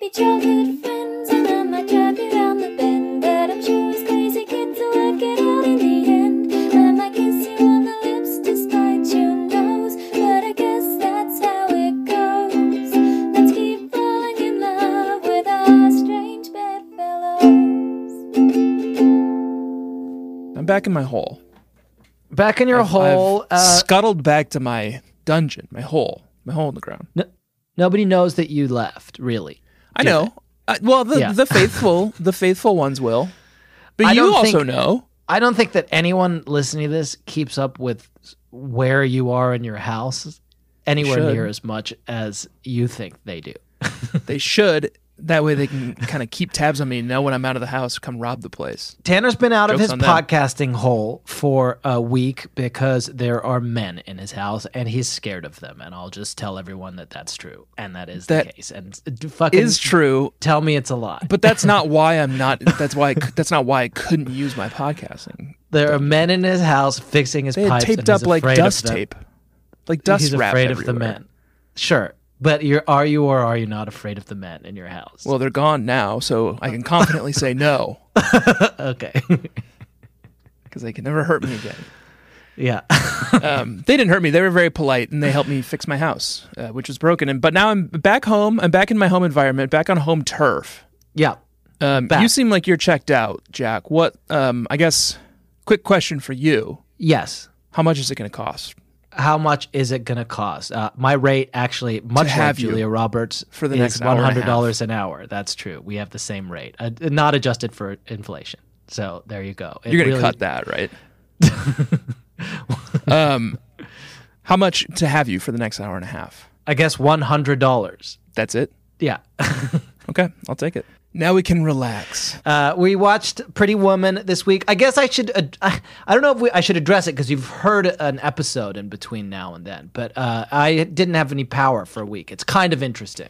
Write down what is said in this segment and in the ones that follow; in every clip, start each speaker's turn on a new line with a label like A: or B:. A: be childhood friends, and I might drive you round the bend. But I'm sure it's crazy, kid, to work it out in the end. I might kiss you on the lips despite your nose, but I guess that's how it goes. Let's keep falling in love with our strange bedfellows.
B: I'm back in my hole.
C: Back in your
B: I've- I've
C: hole. uh,
B: scuttled back to my dungeon, my hole, my hole in the ground.
C: n- nobody knows that you left, really.
B: I
C: do
B: know. I, well, the,
C: Yeah.
B: the faithful, the faithful ones will, but
C: I
B: you
C: don't
B: also
C: think-
B: know.
C: I don't think that anyone listening to this keeps up with where you are in your house anywhere
B: should.
C: near as much as you think they do.
B: They should. That way, they can kind of keep tabs on me and know when I'm out of the house. Come rob the place.
C: Tanner's been out of
B: Joke's
C: his
B: on them.
C: podcasting hole for a week because there are men in his house and he's scared of them. And I'll just tell everyone that that's true. And that is the
B: That
C: case. And d- fucking
B: Is true,
C: tell me it's a lie.
B: but that's not why I'm not. That's why. I c that's not why I couldn't use my podcasting.
C: there are men in his house fixing his
B: They had
C: pipes. and
B: taped
C: he's
B: up like
C: afraid of
B: dust
C: them.
B: tape, like dust
C: he's
B: wrap.
C: afraid
B: everywhere.
C: of the men. Sure. But you're, are you or are you not afraid of the men in your house?
B: Well, they're gone now, so I can confidently say no
C: okay.
B: because they can never hurt me again.
C: yeah.
B: um, they didn't hurt me. They were very polite and they helped me fix my house, uh, which was broken. And but now I'm back home. I'm back in my home environment, back on home turf.
C: yeah.
B: Um,
C: Back.
B: you seem like you're checked out, Jack. What? Um, I guess. Quick question for you:
C: Yes.
B: How much is it going to cost
C: How much is it going to cost? Uh, my rate, actually, much like
B: have you
C: Julia Roberts,
B: for the
C: is
B: next hour and a half.
C: $100 an hour. That's true. We have the same rate, uh, not adjusted for inflation. So there you go. It
B: You're gonna
C: really-
B: cut that, right? um, how much to have you for the next hour and a half?
C: I guess $100.
B: That's it.
C: Yeah.
B: Okay, I'll take it. Now we can relax.
C: Uh, we watched Pretty Woman this week. I guess I should. Ad- I, I don't know if we, I should address it because you've heard an episode in between now and then. But uh, I didn't have any power for a week. It's kind of interesting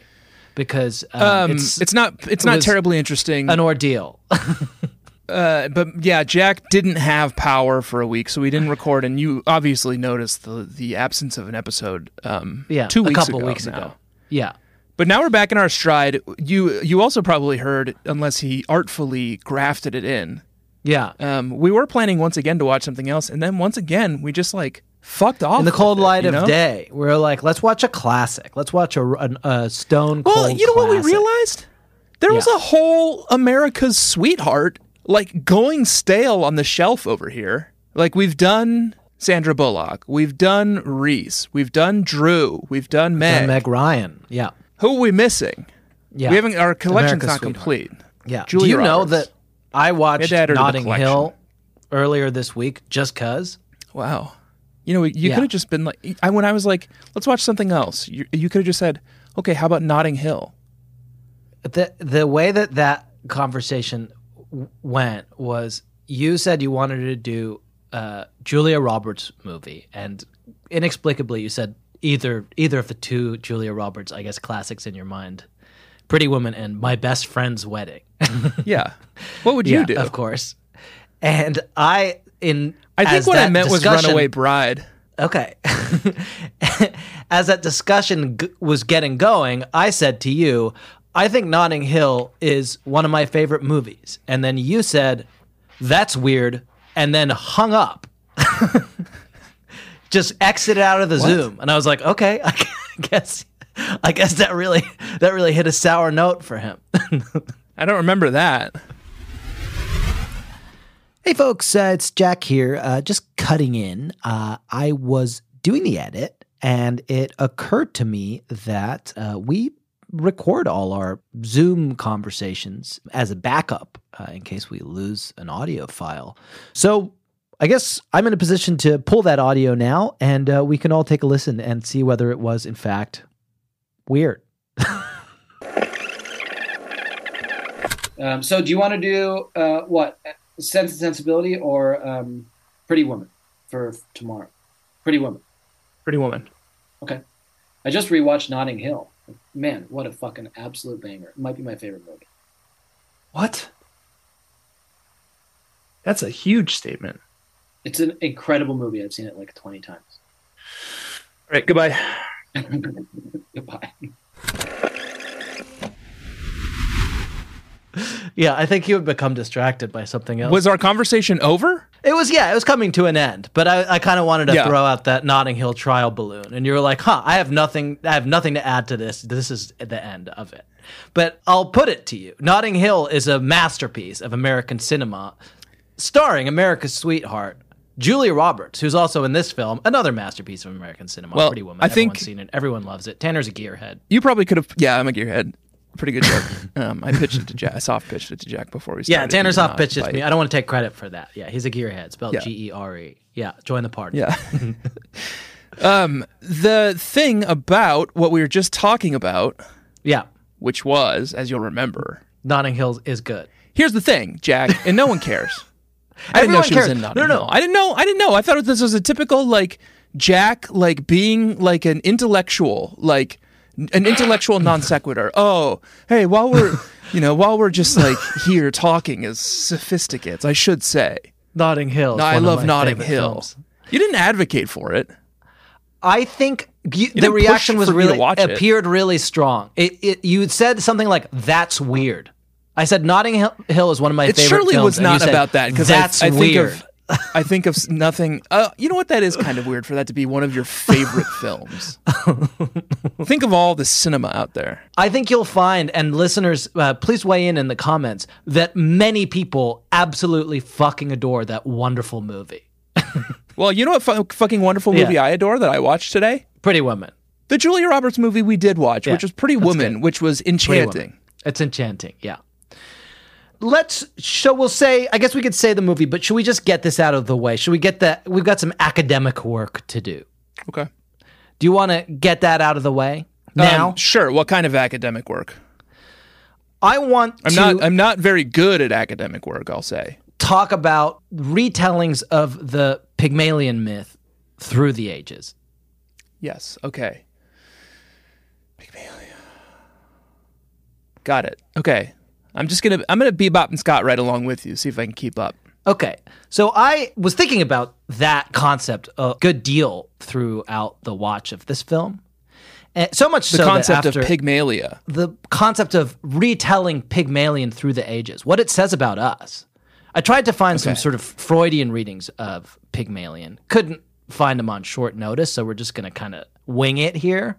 C: because uh,
B: Um,
C: it's,
B: it's, not. It's not
C: was
B: terribly interesting.
C: an ordeal.
B: Uh, but yeah, Jack didn't have power for a week, so we didn't record. And you obviously noticed the the absence of an episode. Um,
C: yeah,
B: two weeks
C: a couple
B: ago
C: weeks
B: now.
C: ago. Yeah,
B: But now we're back in our stride. You you also probably heard, unless he artfully grafted it in.
C: yeah.
B: Um, we were planning once again to watch something else, and then once again we just like fucked off
C: in the
B: with
C: cold
B: it,
C: light
B: you
C: of
B: know?
C: day, we're like, let's watch a classic. Let's watch a, an- a stone cold.
B: Well, you know what we
C: classic.
B: realized? There was
C: Yeah.
B: a whole America's sweetheart like going stale on the shelf over here. Like we've done Sandra Bullock, we've done Reese, we've done Drew, we've done Meg.
C: And Meg Ryan. Yeah,
B: Who are we missing?
C: yeah.
B: We haven't. Our collection's
C: America's
B: not
C: Sweetheart.
B: complete.
C: Yeah.
B: Julia
C: Do you
B: Roberts.
C: know that I watched
B: Add that to the
C: Notting
B: collection.
C: Hill earlier this week just cuz?
B: Wow. You know, you
C: Yeah.
B: could have just been like, I, when I was like, let's watch something else. You, you could have just said, okay, how about Notting Hill?
C: The the way that that conversation w- went was you said you wanted to do a Julia Roberts movie and inexplicably you said either either of the two Julia Roberts I guess classics in your mind. Pretty Woman and My Best Friend's Wedding.
B: Yeah. What would you do?
C: Of course. And I in
B: I think
C: as
B: what I
C: that
B: meant was
C: discussion-
B: Runaway Bride.
C: Okay. As that discussion g- was getting going, I said to you, I think Notting Hill is one of my favorite movies. And then you said, that's weird, and then hung up. Just exited out of the Zoom. And I was like, okay, I guess I guess that really that really hit a sour note for him.
B: I don't remember that.
C: Hey, folks, uh, it's Jack here. Uh, just cutting in. Uh, I was doing the edit, and it occurred to me that uh, we record all our Zoom conversations as a backup uh, in case we lose an audio file. So I guess I'm in a position to pull that audio now, and uh, we can all take a listen and see whether it was, in fact, weird.
D: Um, so, do you want to do uh, what Sense and Sensibility or um, Pretty Woman for tomorrow? Pretty Woman.
B: Pretty Woman.
D: I just rewatched Notting Hill. Man, what a fucking absolute banger! It might be my favorite movie.
B: What? That's a huge statement.
D: It's an incredible movie. I've seen it like twenty times.
B: All right, goodbye.
D: Goodbye.
C: Yeah, I think he would become distracted by something else.
B: Was our conversation over?
C: it was yeah, it was coming to an end, but I, I kind of wanted to
B: Yeah.
C: throw out that Notting Hill trial balloon, and you were like, "Huh, I have nothing. I have nothing to add to this. This is the end of it." But I'll put it to you: Notting Hill is a masterpiece of American cinema, starring America's sweetheart. Julia Roberts, who's also in this film, another masterpiece of American cinema,
B: Well,
C: Pretty Woman.
B: I think-
C: Everyone's seen it. Everyone loves it. Tanner's a gearhead.
B: You probably could have. Yeah, I'm a gearhead. Pretty good joke. um, I pitched it to Jack. I soft pitched it to Jack before we started.
C: Yeah, Tanner
B: He did
C: Soft
B: not
C: pitches
B: bite.
C: me. I don't want to take credit for that. Yeah, he's a gearhead, spelled
B: Yeah.
C: G E R E. Yeah, join the party.
B: Yeah. um, the thing about what we were just talking about,
C: yeah.
B: which was, as you'll remember,
C: Notting Hill is good.
B: here's the thing, Jack, and no one cares. I didn't know
C: Everyone
B: she
C: cares.
B: was in Notting
C: No, no.
B: Hill. I didn't know. I didn't know. I thought this was a typical like Jack, like being like an intellectual, like an intellectual non sequitur. Oh, hey, while we're you know while we're just like here talking as sophisticates, I should say.
C: Notting Hill. is
B: I
C: one of
B: love
C: my
B: Notting
C: favorite
B: Hill.
C: films.
B: You didn't advocate for it.
C: I think you, the
B: didn't push
C: reaction was
B: for me to
C: really
B: watch it.
C: appeared really strong. It, it you had said something like "That's weird." I said Notting Hill- Hill is one of my
B: It
C: favorite
B: surely
C: films,
B: was
C: and you
B: not
C: said,
B: about that because
C: that's
B: I, I think
C: weird.
B: of I think of s- nothing. Uh, you know what? That is kind of weird for that to be one of your favorite films. think of all the cinema out there.
C: I think you'll find, and listeners, uh, please weigh in in the comments that many people absolutely fucking adore that wonderful movie,
B: Well, you know what fu- fucking wonderful movie
C: Yeah.
B: I adore that I watched today?
C: Pretty Woman.
B: The Julia Roberts movie we did watch, which was Pretty Woman, which was
C: Pretty
B: enchanting.
C: Woman. It's enchanting. Yeah. Let's so we'll say I guess we could say the movie, but should we just get this out of the way? Should we get that we've got some academic work to do.
B: Okay.
C: Do you want to get that out of the way now?
B: Um, sure. What kind of academic work?
C: I want
B: I'm
C: to
B: not. I'm not very good at academic work. I'll say.
C: talk about retellings of the Pygmalion myth through the ages.
B: Yes. Okay. Pygmalion. Got it. Okay. I'm just gonna. I'm gonna bebop and Scott right along with you. See if I can keep up.
C: Okay. So I was thinking about that concept a good deal throughout the watch of this film. And so much
B: The
C: so
B: concept
C: that after,
B: of Pygmalia.
C: the concept of retelling Pygmalion through the ages, what it says about us. I tried to find some
B: Okay.
C: sort of Freudian readings of Pygmalion, couldn't find them on short notice, so we're just going to kind of wing it here.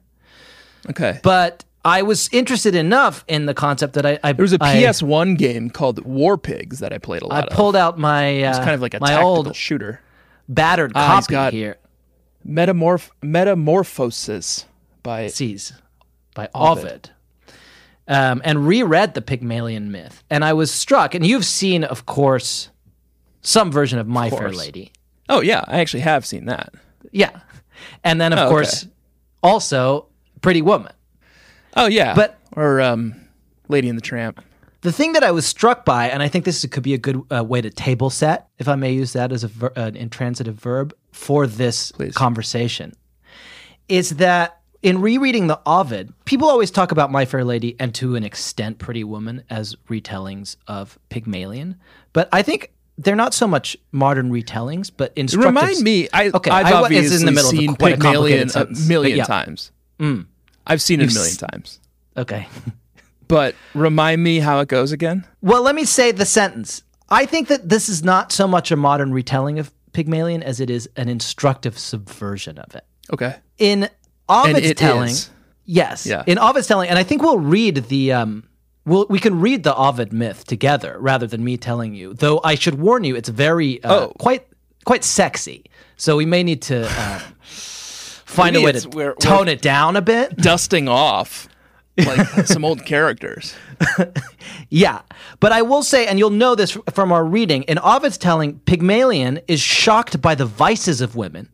B: Okay.
C: But I was interested enough in the concept that I, I
B: there was a
C: I-
B: PS1 game called War Pigs that I played a
C: I
B: lot of.
C: pulled out my uh,
B: It's kind of like a
C: my
B: tactical
C: old
B: shooter.
C: battered
B: Ah, he's
C: copy
B: got-
C: here.
B: Metamorph Metamorphosis by
C: Seas by
B: Ovid.
C: Ovid. Um, and reread the Pygmalion myth. And I was struck, and you've seen, of course, some version of My Fair
B: course.
C: Lady.
B: Oh yeah, I actually have seen that.
C: Yeah. And then, of
B: Oh, okay.
C: course, also Pretty Woman.
B: Oh yeah.
C: But-
B: or um Lady and the Tramp.
C: The thing that I was struck by, and I think this could be a good uh, way to table set, if I may use that as a ver- an intransitive verb for this
B: Please.
C: conversation, is that in rereading the Ovid, people always talk about My Fair Lady and to an extent Pretty Woman as retellings of Pygmalion, but I think they're not so much modern retellings, but instructive.
B: Remind me, I
C: Okay,
B: I've
C: I wa-
B: obviously
C: it's in the middle of a-
B: seen
C: quite a
B: Pygmalion
C: complicated
B: a
C: sentence, but
B: million
C: yeah.
B: times. I've seen it a million
C: s-
B: times.
C: Okay.
B: But remind me how it goes again.
C: Well, let me say the sentence. I think that this is not so much a modern retelling of Pygmalion as it is an instructive subversion of it.
B: Okay.
C: In Ovid's
B: it
C: telling,
B: is.
C: yes,
B: Yeah.
C: in Ovid's telling, and I think we'll read the um, we'll, we can read the Ovid myth together rather than me telling you. Though I should warn you, it's very uh,
B: Oh.
C: quite quite sexy, so we may need to uh, find a
B: Maybe
C: way
B: it's-
C: to
B: we're-
C: tone it down a bit.
B: Dusting off like some old characters.
C: Yeah. But I will say, and you'll know this f- from our reading, in Ovid's telling, Pygmalion is shocked by the vices of women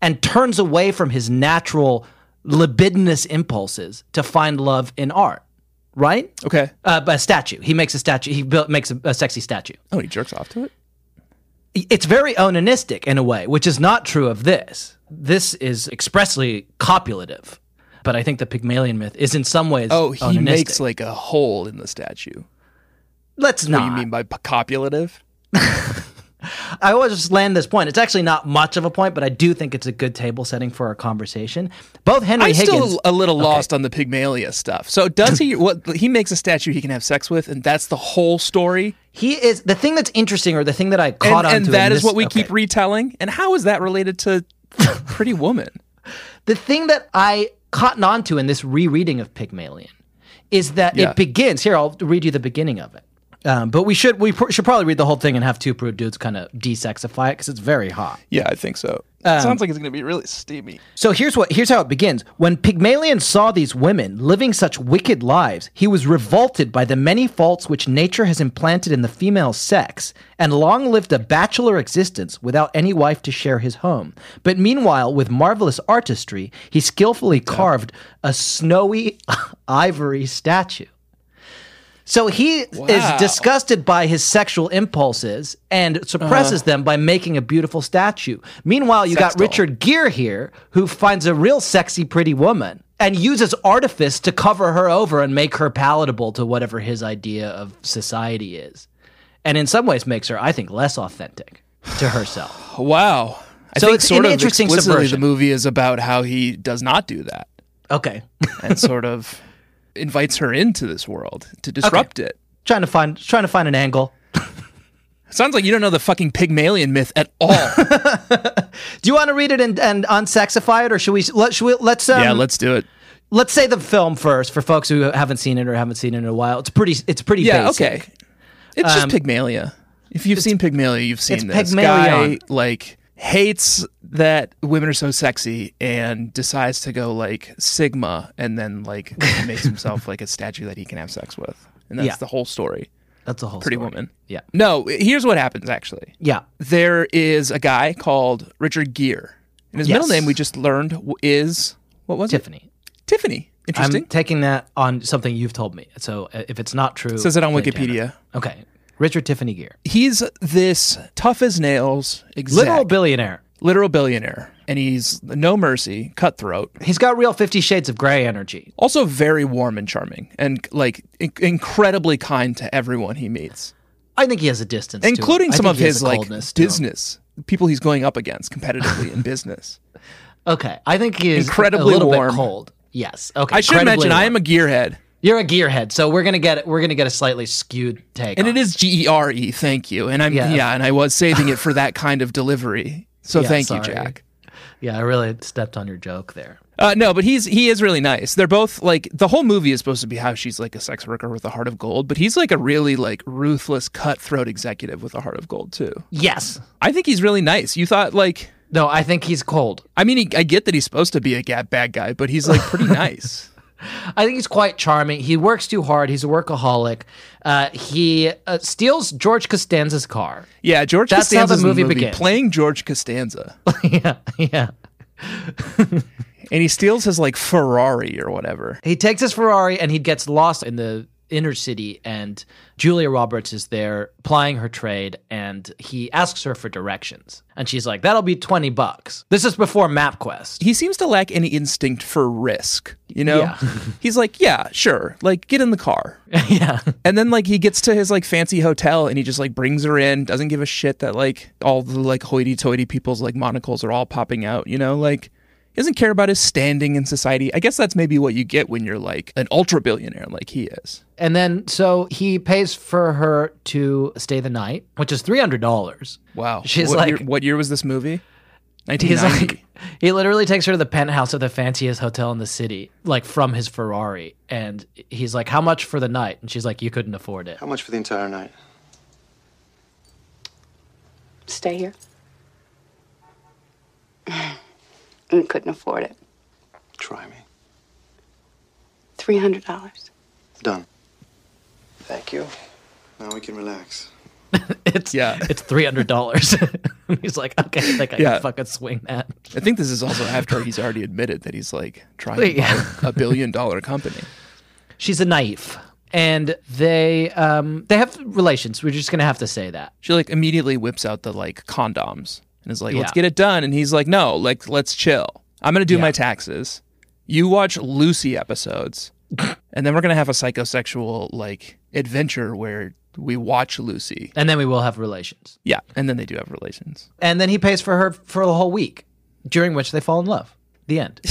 C: and turns away from his natural libidinous impulses to find love in art, right?
B: Okay.
C: Uh, a statue. He makes a statue. He built, makes a, a sexy statue.
B: Oh, he jerks off to it.
C: It's very onanistic in a way, which is not true of this. This is expressly copulative. But I think the Pygmalion myth is in some ways
B: Oh, he
C: onanistic.
B: makes like a hole in the statue.
C: Let's
B: What
C: not.
B: do you mean by p- copulative?
C: I always just land this point. It's actually not much of a point, but I do think it's a good table setting for our conversation. Both Henry
B: I'm
C: Higgins.
B: still a little lost on the Pygmalia stuff. So does he? What he makes a statue he can have sex with, and that's the whole story.
C: He is the thing that's interesting, or the thing that I caught
B: And,
C: on to.
B: and
C: in
B: that is
C: this-
B: what we
C: okay.
B: keep retelling. And how is that related to Pretty Woman?
C: the thing that I caught on to in this rereading of Pygmalion is that
B: Yeah.
C: it begins here. I'll read you the beginning of it. Um, but we should we pr- should probably read the whole thing and have two prude dudes kind of desexify it because it's very hot.
B: Yeah, I think so.
C: Um,
B: Sounds like it's going to be really steamy.
C: So here's what here's how it begins. When Pygmalion saw these women living such wicked lives, he was revolted by the many faults which nature has implanted in the female sex, and long lived a bachelor existence without any wife to share his home. But meanwhile, with marvelous artistry, he skillfully carved a snowy ivory statue. So he
B: Wow.
C: is disgusted by his sexual impulses and suppresses them by making a beautiful statue. Meanwhile, you got
B: Sextile.
C: Richard Gere here, who finds a real sexy, pretty woman and uses artifice to cover her over and make her palatable to whatever his idea of society is. And in some ways, makes her, I think, less authentic to herself.
B: Wow. I
C: So
B: think
C: it's
B: sort
C: an
B: of
C: interesting
B: explicitly
C: subversion.
B: the movie is about how he does not do that
C: Okay.
B: and sort of invites her into this world to disrupt it.
C: trying to find trying to find an angle.
B: Sounds like you don't know the fucking Pygmalion myth at all.
C: Um, Do you want to read it and, and unsexify it, or should we? Let, should we let's um,
B: yeah, let's do it.
C: let's say the film first for folks who haven't seen it or haven't seen it in a while. It's pretty. It's pretty.
B: Yeah,
C: basic.
B: okay. It's
C: Um,
B: just Pygmalia. If you've seen Pygmalia, you've seen
C: it's
B: this
C: Pygmalion.
B: guy like hates that women are so sexy and decides to go like Sigma and then like makes himself like a statue that he can have sex with. And that's
C: Yeah.
B: the whole story.
C: That's a whole
B: Pretty
C: story.
B: Woman.
C: Yeah.
B: No, here's what happens actually.
C: Yeah.
B: There is a guy called Richard Gere. And his middle
C: Yes.
B: name we just learned w- is what was it?
C: Tiffany.
B: Tiffany. Interesting.
C: I'm taking that on something you've told me. So uh, if it's not true,
B: Says it on
C: then damn
B: Wikipedia.
C: it. Okay. Richard Tiffany Gear,
B: He's this tough as nails, exact,
C: literal billionaire.
B: literal billionaire, and he's no mercy, cutthroat.
C: He's got real Fifty Shades of Grey energy.
B: Also very warm and charming, and like in- incredibly kind to everyone he meets,
C: I think he has a distance, to him.
B: including
C: I
B: some
C: think
B: of
C: he has
B: his
C: a
B: like
C: coldness to him.
B: business people he's going up against competitively in business.
C: Okay, I think he is
B: Incredibly
C: a little
B: warm.
C: bit cold. Yes. Okay.
B: I should
C: incredibly
B: mention I am
C: warm.
B: a gearhead,
C: You're a gearhead, so we're gonna get we're gonna get a slightly skewed take.
B: and
C: on
B: it is G E R E. Thank you, and I'm
C: Yeah.
B: yeah. and I was saving it for that kind of delivery. So
C: Yeah,
B: thank you,
C: sorry.
B: Jack.
C: Yeah, I really stepped on your joke there.
B: Uh, no, but he's he is really nice. They're both like the whole movie is supposed to be how she's like a sex worker with a heart of gold, but he's like a really like ruthless, cutthroat executive with a heart of gold too.
C: Yes.
B: I think he's really nice. You thought like
C: No, I think he's cold.
B: I mean he, I get that he's supposed to be a ga- bad guy, but he's like pretty nice.
C: I think he's quite charming. He works too hard. He's a workaholic. Uh, he uh, steals George Costanza's car.
B: Yeah, George
C: That's how the
B: Costanza's in
C: movie
B: the movie
C: begins.
B: playing George Costanza,
C: yeah, yeah.
B: and he steals his like Ferrari or whatever.
C: He takes his Ferrari and he gets lost in the inner city. And Julia Roberts is there plying her trade, and he asks her for directions, and she's like, "That'll be twenty bucks." This is before MapQuest.
B: He seems to lack any instinct for risk. You know,
C: Yeah.
B: he's like, yeah, sure, like get in the car.
C: yeah.
B: And then like he gets to his like fancy hotel and he just like brings her in, doesn't give a shit that like all the like hoity toity people's like monocles are all popping out, you know? Like he doesn't care about his standing in society. I guess that's maybe what you get when you're like an ultra billionaire like he is.
C: And then so he pays for her to stay the night, which is three hundred dollars.
B: Wow.
C: She's
B: what
C: like-
B: year, what year was this movie?
C: He's
B: 1990.
C: like, he literally takes her to the penthouse of the fanciest hotel in the city, like from his Ferrari. And he's like, How much for the night? And she's like, You couldn't afford it.
E: How much for the entire night?
F: stay here? we couldn't afford it.
E: Try me.
F: $300.
E: Done. Thank you. Now we can relax.
C: It's
B: Yeah.
C: it's three hundred dollars. he's like, Okay, I think I
B: Yeah.
C: can fucking swing that.
B: I think this is also after he's already admitted that he's like trying to
C: Yeah.
B: buy a billion dollar company.
C: She's a naive. And they um they have relations. We're just gonna have to say that.
B: She like immediately whips out the like condoms and is like, "Let's
C: Yeah.
B: get it done." And he's like, "No, like let's chill. I'm gonna do
C: Yeah.
B: my taxes. You watch Lucy episodes, and then we're gonna have a psychosexual like adventure where we watch Lucy.
C: and then we will have relations.
B: Yeah, and then they do have relations.
C: And then he pays for her for the whole week, during which they fall in love. The end.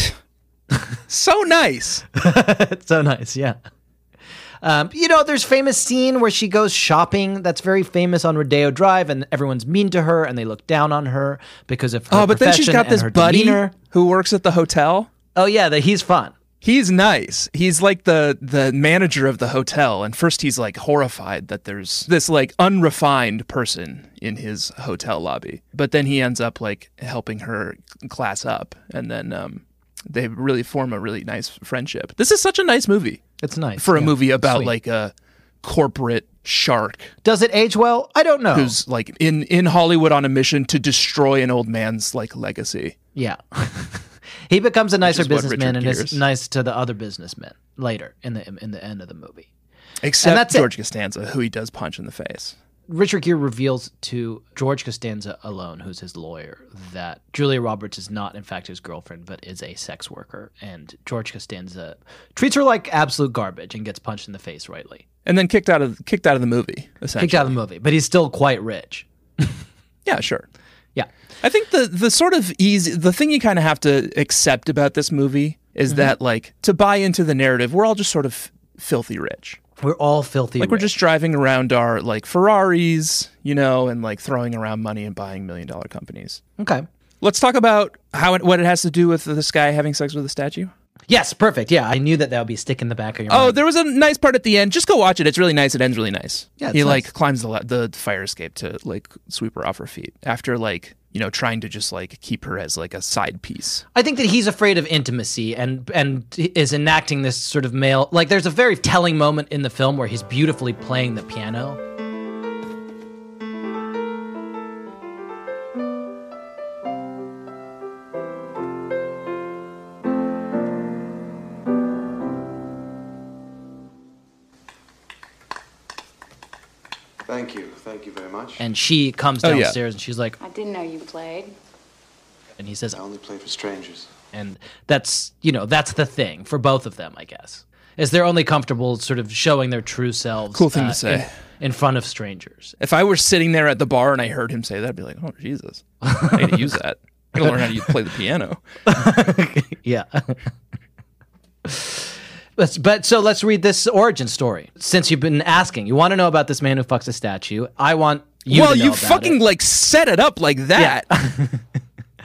B: So nice.
C: It's so nice, yeah. Um, you know, there's famous scene where she goes shopping. That's very famous on Rodeo Drive, and everyone's mean to her and they look down on her because of her.
B: Oh, but then she's
C: profession
B: got
C: and
B: this
C: her
B: buddy
C: demeanor.
B: who works at the hotel.
C: Oh yeah, that he's fun.
B: He's nice. He's like the the manager of the hotel and first he's like horrified that there's this like unrefined person in his hotel lobby. But then he ends up like helping her class up and then um they really form a really nice friendship. This is such a nice movie
C: It's nice
B: for a
C: yeah.
B: movie about
C: Sweet.
B: like a corporate shark
C: Does it age well? I don't know.
B: who's like in in Hollywood on a mission to destroy an old man's like legacy.
C: Yeah. he becomes a nicer
B: is what
C: businessman
B: Richard
C: and
B: Gere's-
C: is nice to the other businessmen later in the in the end of the movie.
B: Except
C: that's it.
B: George Costanza, who he does punch in the face.
C: Richard Gere reveals to George Costanza alone, who's his lawyer, that Julia Roberts is not in fact his girlfriend, but is a sex worker, and George Costanza treats her like absolute garbage and gets punched in the face rightly.
B: and then kicked out of kicked out of the movie. Essentially,
C: Kicked out of the movie, but he's still quite rich.
B: yeah, sure.
C: Yeah.
B: I think the the sort of easy the thing you kind of have to accept about this movie is
C: Mm-hmm.
B: that like to buy into the narrative, we're all just sort of filthy rich.
C: We're all filthy.
B: Like we're
C: rich.
B: just driving around our like Ferraris, you know, and like throwing around money and buying million dollar companies.
C: Okay.
B: Let's talk about how it, what it has to do with this guy having sex with a statue.
C: Yes, perfect. Yeah. I knew that that would be stick in the back of your
B: Oh,
C: mind.
B: there was a nice part at the end. Just go watch it. It's really nice. It ends really nice.
C: Yeah, it's
B: he
C: nice.
B: like climbs the la- the fire escape to like sweep her off her feet after like you know trying to just like keep her as like a side piece.
C: I think that he's afraid of intimacy and and is enacting this sort of male like there's a very telling moment in the film where he's beautifully playing the piano.
E: Thank you. Thank you very much.
C: And she comes
B: Oh, yeah.
C: downstairs and she's like
F: I didn't know you played.
C: and he says
E: I only play for strangers.
C: and that's you know, that's the thing for both of them, I guess. Is they're only comfortable sort of showing their true selves uh,
B: Cool thing to say.
C: In, in front of strangers.
B: If I were sitting there at the bar and I heard him say that, I'd be like, oh Jesus, I need to use that. I gotta learn how to play the piano.
C: Yeah. But, but so let's read this origin story. Since you've been asking, you want to know about this man who fucks a statue. I want you.
B: well,
C: to know
B: you
C: about it.
B: fucking like set it up like that.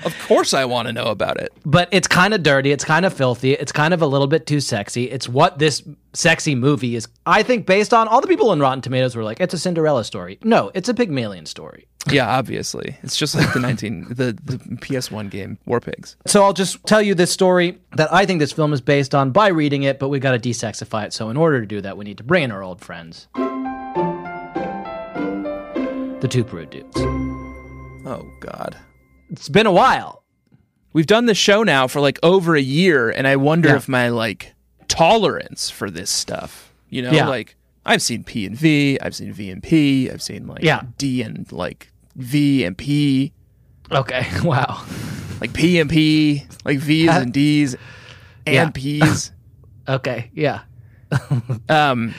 B: of course, I want to know about it.
C: but it's kind of dirty. It's kind of filthy. It's kind of a little bit too sexy. It's what this sexy movie is. I think based on all the people in Rotten Tomatoes were like, it's a Cinderella story. No, it's a Pygmalion story.
B: Yeah, obviously, it's just like the nineteen the the PS1 game War Pigs.
C: So I'll just tell you this story that I think this film is based on by reading it, but we got to desexify it. So in order to do that, we need to bring in our old friends, the two prude dudes.
B: Oh God.
C: It's been a while.
B: we've done this show now for like over a year and i wonder
C: Yeah.
B: if my like tolerance for this stuff you know
C: Yeah.
B: like i've seen p and v i've seen v and p i've seen like
C: Yeah.
B: d and like v and p
C: Okay. Wow.
B: like p and p like v's
C: Huh?
B: and d's and
C: Yeah.
B: p's
C: Okay. Yeah.
B: um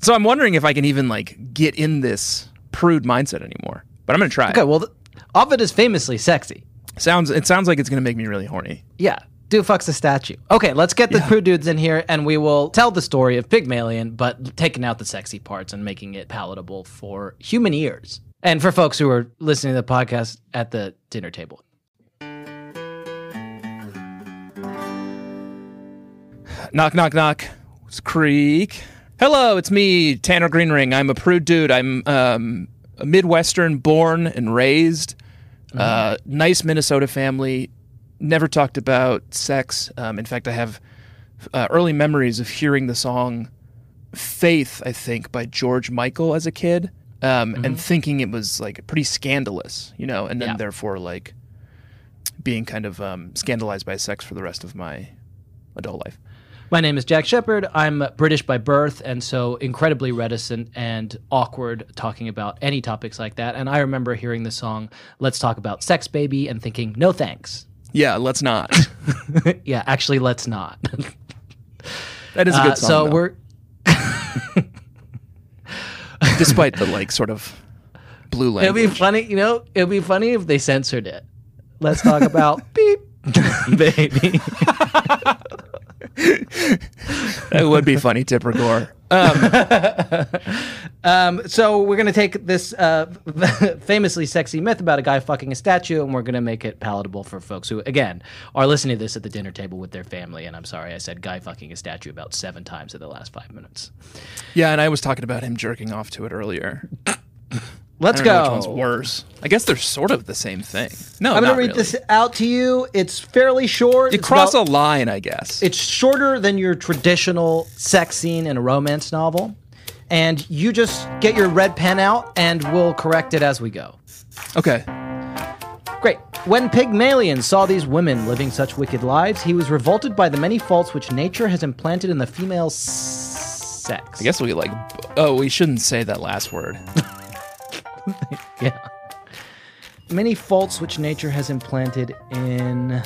B: so i'm wondering if i can even like get in this prude mindset anymore but i'm gonna try
C: Okay. Well, th- Ovid is famously sexy.
B: sounds it sounds like it's gonna make me really horny
C: Yeah. Dude fucks a statue. Okay, let's get the prude dudes in here and we will tell the story of Pygmalion, but taking out the sexy parts and making it palatable for human ears. And for folks who are listening to the podcast at the dinner table.
B: Knock, knock, knock. It's Creek. Hello, it's me, Tanner Greenring. I'm a prude dude. I'm um, a Midwestern born and raised. Uh, nice Minnesota family. Never talked about sex. Um, in fact, I have uh, early memories of hearing the song Faith, I think, by George Michael as a kid um, and thinking it was like pretty scandalous, you know, and then
C: Yeah.
B: therefore like being kind of um, scandalized by sex for the rest of my adult life.
C: My name is Jack Shepard. I'm British by birth and so incredibly reticent and awkward talking about any topics like that. And I remember hearing the song, Let's Talk About Sex Baby, and thinking, no thanks.
B: Yeah, let's not.
C: yeah, actually, let's not.
B: That is a
C: Uh,
B: good song.
C: so
B: though.
C: we're
B: despite the like sort of blue
C: It'd be
B: language.
C: funny, you know. It'd be funny if they censored it. Let's talk about beep, baby.
B: It would be funny, Tipper Gore.
C: Um, so we're gonna take this uh, famously sexy myth about a guy fucking a statue, and we're gonna make it palatable for folks who, again, are listening to this at the dinner table with their family. And I'm sorry, I said guy fucking a statue about seven times in the last five minutes.
B: Yeah, and I was talking about him jerking off to it earlier.
C: Let's
B: I
C: go.
B: don't know Which one's worse? I guess they're sort of the same thing. No,
C: I'm
B: not
C: gonna read
B: really.
C: this out to you. It's fairly short.
B: You
C: It's
B: cross
C: about-
B: a line, I guess.
C: It's shorter than your traditional sex scene in a romance novel. And you just get your red pen out and we'll correct it as we go.
B: okay.
C: Great. When Pygmalion saw these women living such wicked lives, he was revolted by the many faults which nature has implanted in the female s- sex.
B: I guess we like. Oh, we shouldn't say that last word.
C: Yeah. Many faults which nature has implanted in.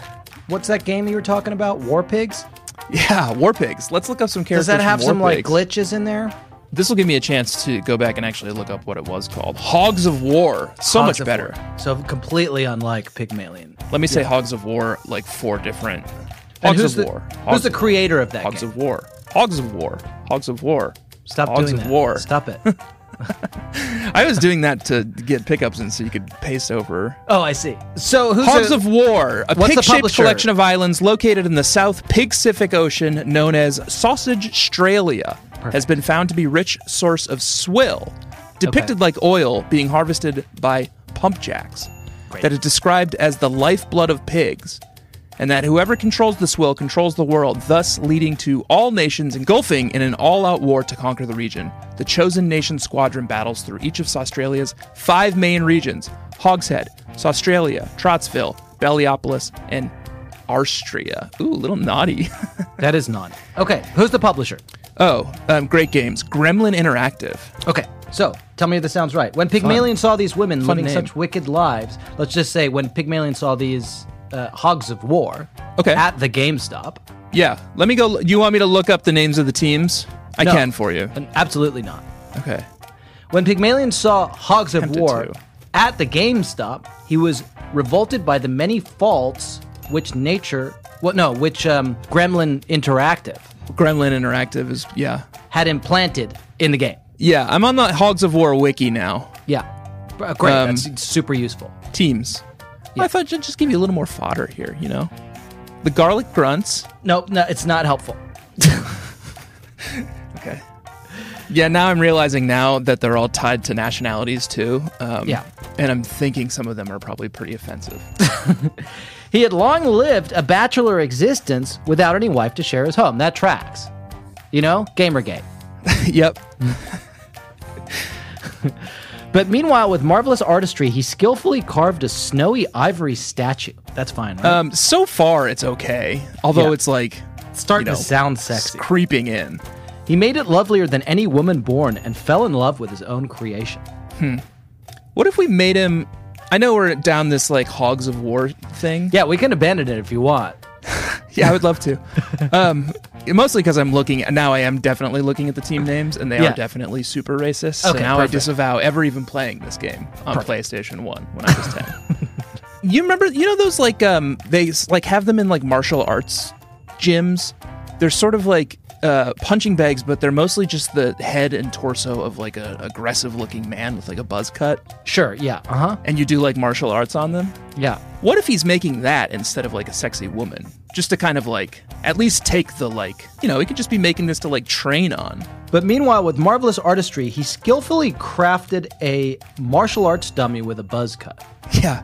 C: What's that game you were talking about? War Pigs?
B: Yeah, war pigs. Let's look up some
C: Does
B: characters.
C: that have
B: from War
C: some like
B: Pigs.
C: glitches in there?
B: This will give me a chance to go back and actually look up what it was called. Hogs of War. So
C: Hogs
B: much
C: of
B: better.
C: War. So completely unlike Pygmalion.
B: Let me say Hogs of War like four different.
C: And
B: Hogs
C: who's
B: of
C: the,
B: War.
C: Who's
B: Hogs
C: the
B: of War,
C: creator of that
B: Hogs
C: game?
B: of War. Hogs of War. Hogs of War.
C: Stop
B: Hogs
C: doing
B: of
C: that.
B: War.
C: Stop it.
B: I was doing that to get pickups and so you could paste over.
C: oh, I see. So who's
B: Hogs
C: a-
B: of War, a
C: What's the
B: pig-shaped
C: publisher?
B: collection of islands located in the South Pacific Ocean known as Sausage Australia, has been found to be rich source of swill, depicted
C: Okay.
B: like oil being harvested by pump jacks, that is described as the lifeblood of pigs, and that whoever controls the swill controls the world, thus leading to all nations engulfing in an all-out war to conquer the region. The chosen nation squadron battles through each of Australia's five main regions: Hogshead, Australia, Trotsville, Beliopolis, and Austria. Ooh, a little naughty.
C: that is not. Okay, who's the publisher?
B: oh, um, great games. Gremlin Interactive.
C: Okay, so tell me if this sounds right. When Pygmalion saw these women living
B: name.
C: such wicked lives, let's just say when Pygmalion saw these uh, hogs of war
B: Okay.
C: at the GameStop,
B: Yeah, let me go. You want me to look up the names of the teams? I
C: No.
B: can for you.
C: and absolutely not.
B: Okay.
C: When Pygmalion saw hogs of
B: Tempted
C: war
B: to.
C: at the GameStop, he was revolted by the many faults which nature, well, no, which um, Gremlin Interactive
B: Gremlin Interactive is yeah.
C: had implanted in the game.
B: Yeah, I'm on the Hogs of War wiki now.
C: Yeah. Uh, Great.
B: Um,
C: That's super useful.
B: Teams. I thought I'd just give you a little more fodder here, you know? The Garlic Grunts.
C: No, no, it's not helpful.
B: Okay. Yeah, now I'm realizing now that they're all tied to nationalities too. Um,
C: Yeah.
B: And I'm thinking some of them are probably pretty offensive.
C: He had long lived a bachelor existence without any wife to share his home. That tracks. You know, Gamergate.
B: yep.
C: But meanwhile, with marvelous artistry, he skillfully carved a snowy ivory statue. That's fine, right?
B: Um, so far, it's okay. Although
C: Yeah.
B: it's like
C: it's starting
B: you know,
C: to sound
B: it's
C: sexy.
B: creeping in.
C: He made it lovelier than any woman born and fell in love with his own creation.
B: What if we made him? I know we're down this like Hogs of War thing.
C: Yeah, we can abandon it if you want.
B: Yeah, I would love to. Um, mostly because I'm looking now. I am definitely looking at the team names, and they
C: Yeah.
B: are definitely super racist. so
C: Okay,
B: now
C: perfect.
B: I disavow ever even playing this game on PlayStation One when I was ten. you remember? You know those like um, they s- like have them in like martial arts gyms. They're sort of like uh, punching bags, but they're mostly just the head and torso of like a aggressive looking man with like a buzz cut,
C: Sure, yeah, uh huh.
B: and you do like martial arts on them.
C: Yeah.
B: What if he's making that instead of like a sexy woman? Just to kind of like at least take the like, you know, he could just be making this to like train on.
C: But meanwhile, with marvelous artistry, he skillfully crafted a martial arts dummy with a buzz cut.
B: Yeah.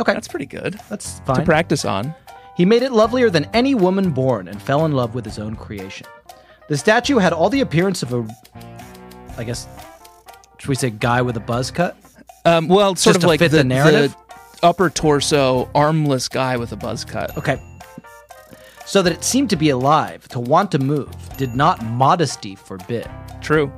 C: Okay,
B: That's pretty good
C: that's
B: to
C: fine.
B: practice on.
C: He made it lovelier than any woman born and fell in love with his own creation. The statue had all the appearance of a, I guess, should we say guy with a buzz cut?
B: Um, well, sort
C: Just
B: of
C: to
B: like
C: fit the narrative?
B: upper torso, armless guy with a buzz cut.
C: Okay. So that it seemed to be alive, to want to move, did not modesty forbid.
B: True.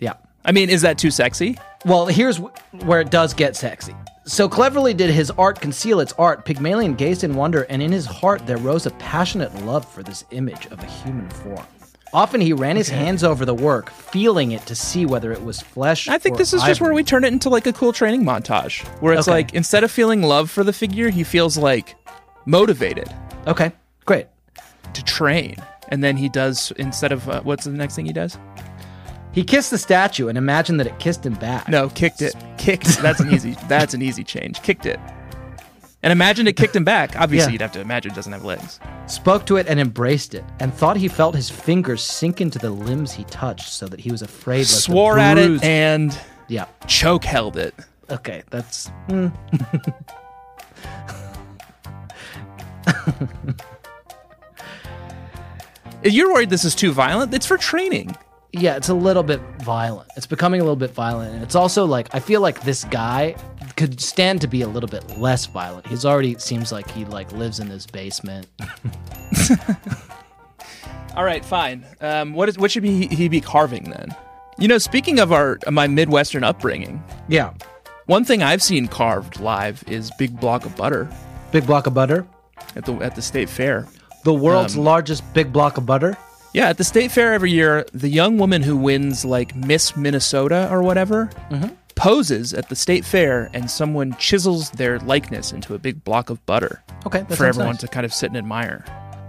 C: Yeah.
B: I mean, is that too sexy?
C: Well, here's wh- where it does get sexy. So cleverly did his art conceal its art, Pygmalion gazed in wonder, and in his heart there rose a passionate love for this image of a human form. Often he ran his hands over the work, feeling it to see whether it was flesh.
B: I think
C: or
B: this is just where
C: ivory.
B: we turn it into like a cool training montage where it's
C: Okay.
B: like instead of feeling love for the figure, he feels like motivated
C: Okay, great.
B: to train. And then he does instead of uh, what's the next thing he does?
C: He kissed the statue and imagined that it kissed him back.
B: No, kicked it. Kicked. That's an easy. That's an easy change. Kicked it. And imagine it kicked him back. Obviously,
C: Yeah.
B: you'd have to imagine it doesn't have legs.
C: spoke to it and embraced it, and thought he felt his fingers sink into the limbs he touched, so that he was afraid. lest the
B: Swore at
C: bruise-
B: it and
C: yeah.
B: choke held it.
C: Okay, that's
B: You're worried this is too violent. It's for training.
C: yeah. It's a little bit violent. It's becoming a little bit violent, and it's also like I feel like this guy could stand to be a little bit less violent. He's already seems like he like lives in this basement.
B: All right, fine. Um, what is what should be he be carving then? You know, speaking of our my Midwestern upbringing,
C: Yeah,
B: one thing I've seen carved live is big block of butter
C: big block of butter.
B: at the at the state fair.
C: The world's largest big block of butter.
B: Yeah, at the state fair every year, the young woman who wins like Miss Minnesota or whatever
C: Mm-hmm.
B: poses at the state fair, and someone chisels their likeness into a big block of butter
C: Okay, that
B: for
C: sounds
B: everyone
C: nice.
B: to kind of sit and admire.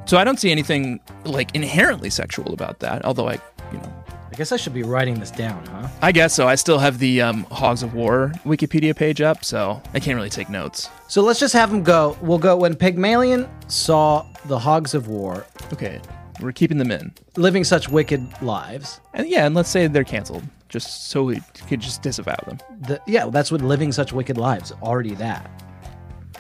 B: So I don't see anything like inherently sexual about that, although I, you know,
C: I guess I should be writing this down, huh?
B: I guess so. I still have the um, Hogs of War Wikipedia page up, so I can't really take notes.
C: So let's just have him go. We'll go when Pygmalion saw the hogs of war
B: Okay, we're keeping them in,
C: living such wicked lives.
B: and yeah, and let's say they're canceled, just so we could just disavow them.
C: The, yeah, that's what living such wicked lives, already that.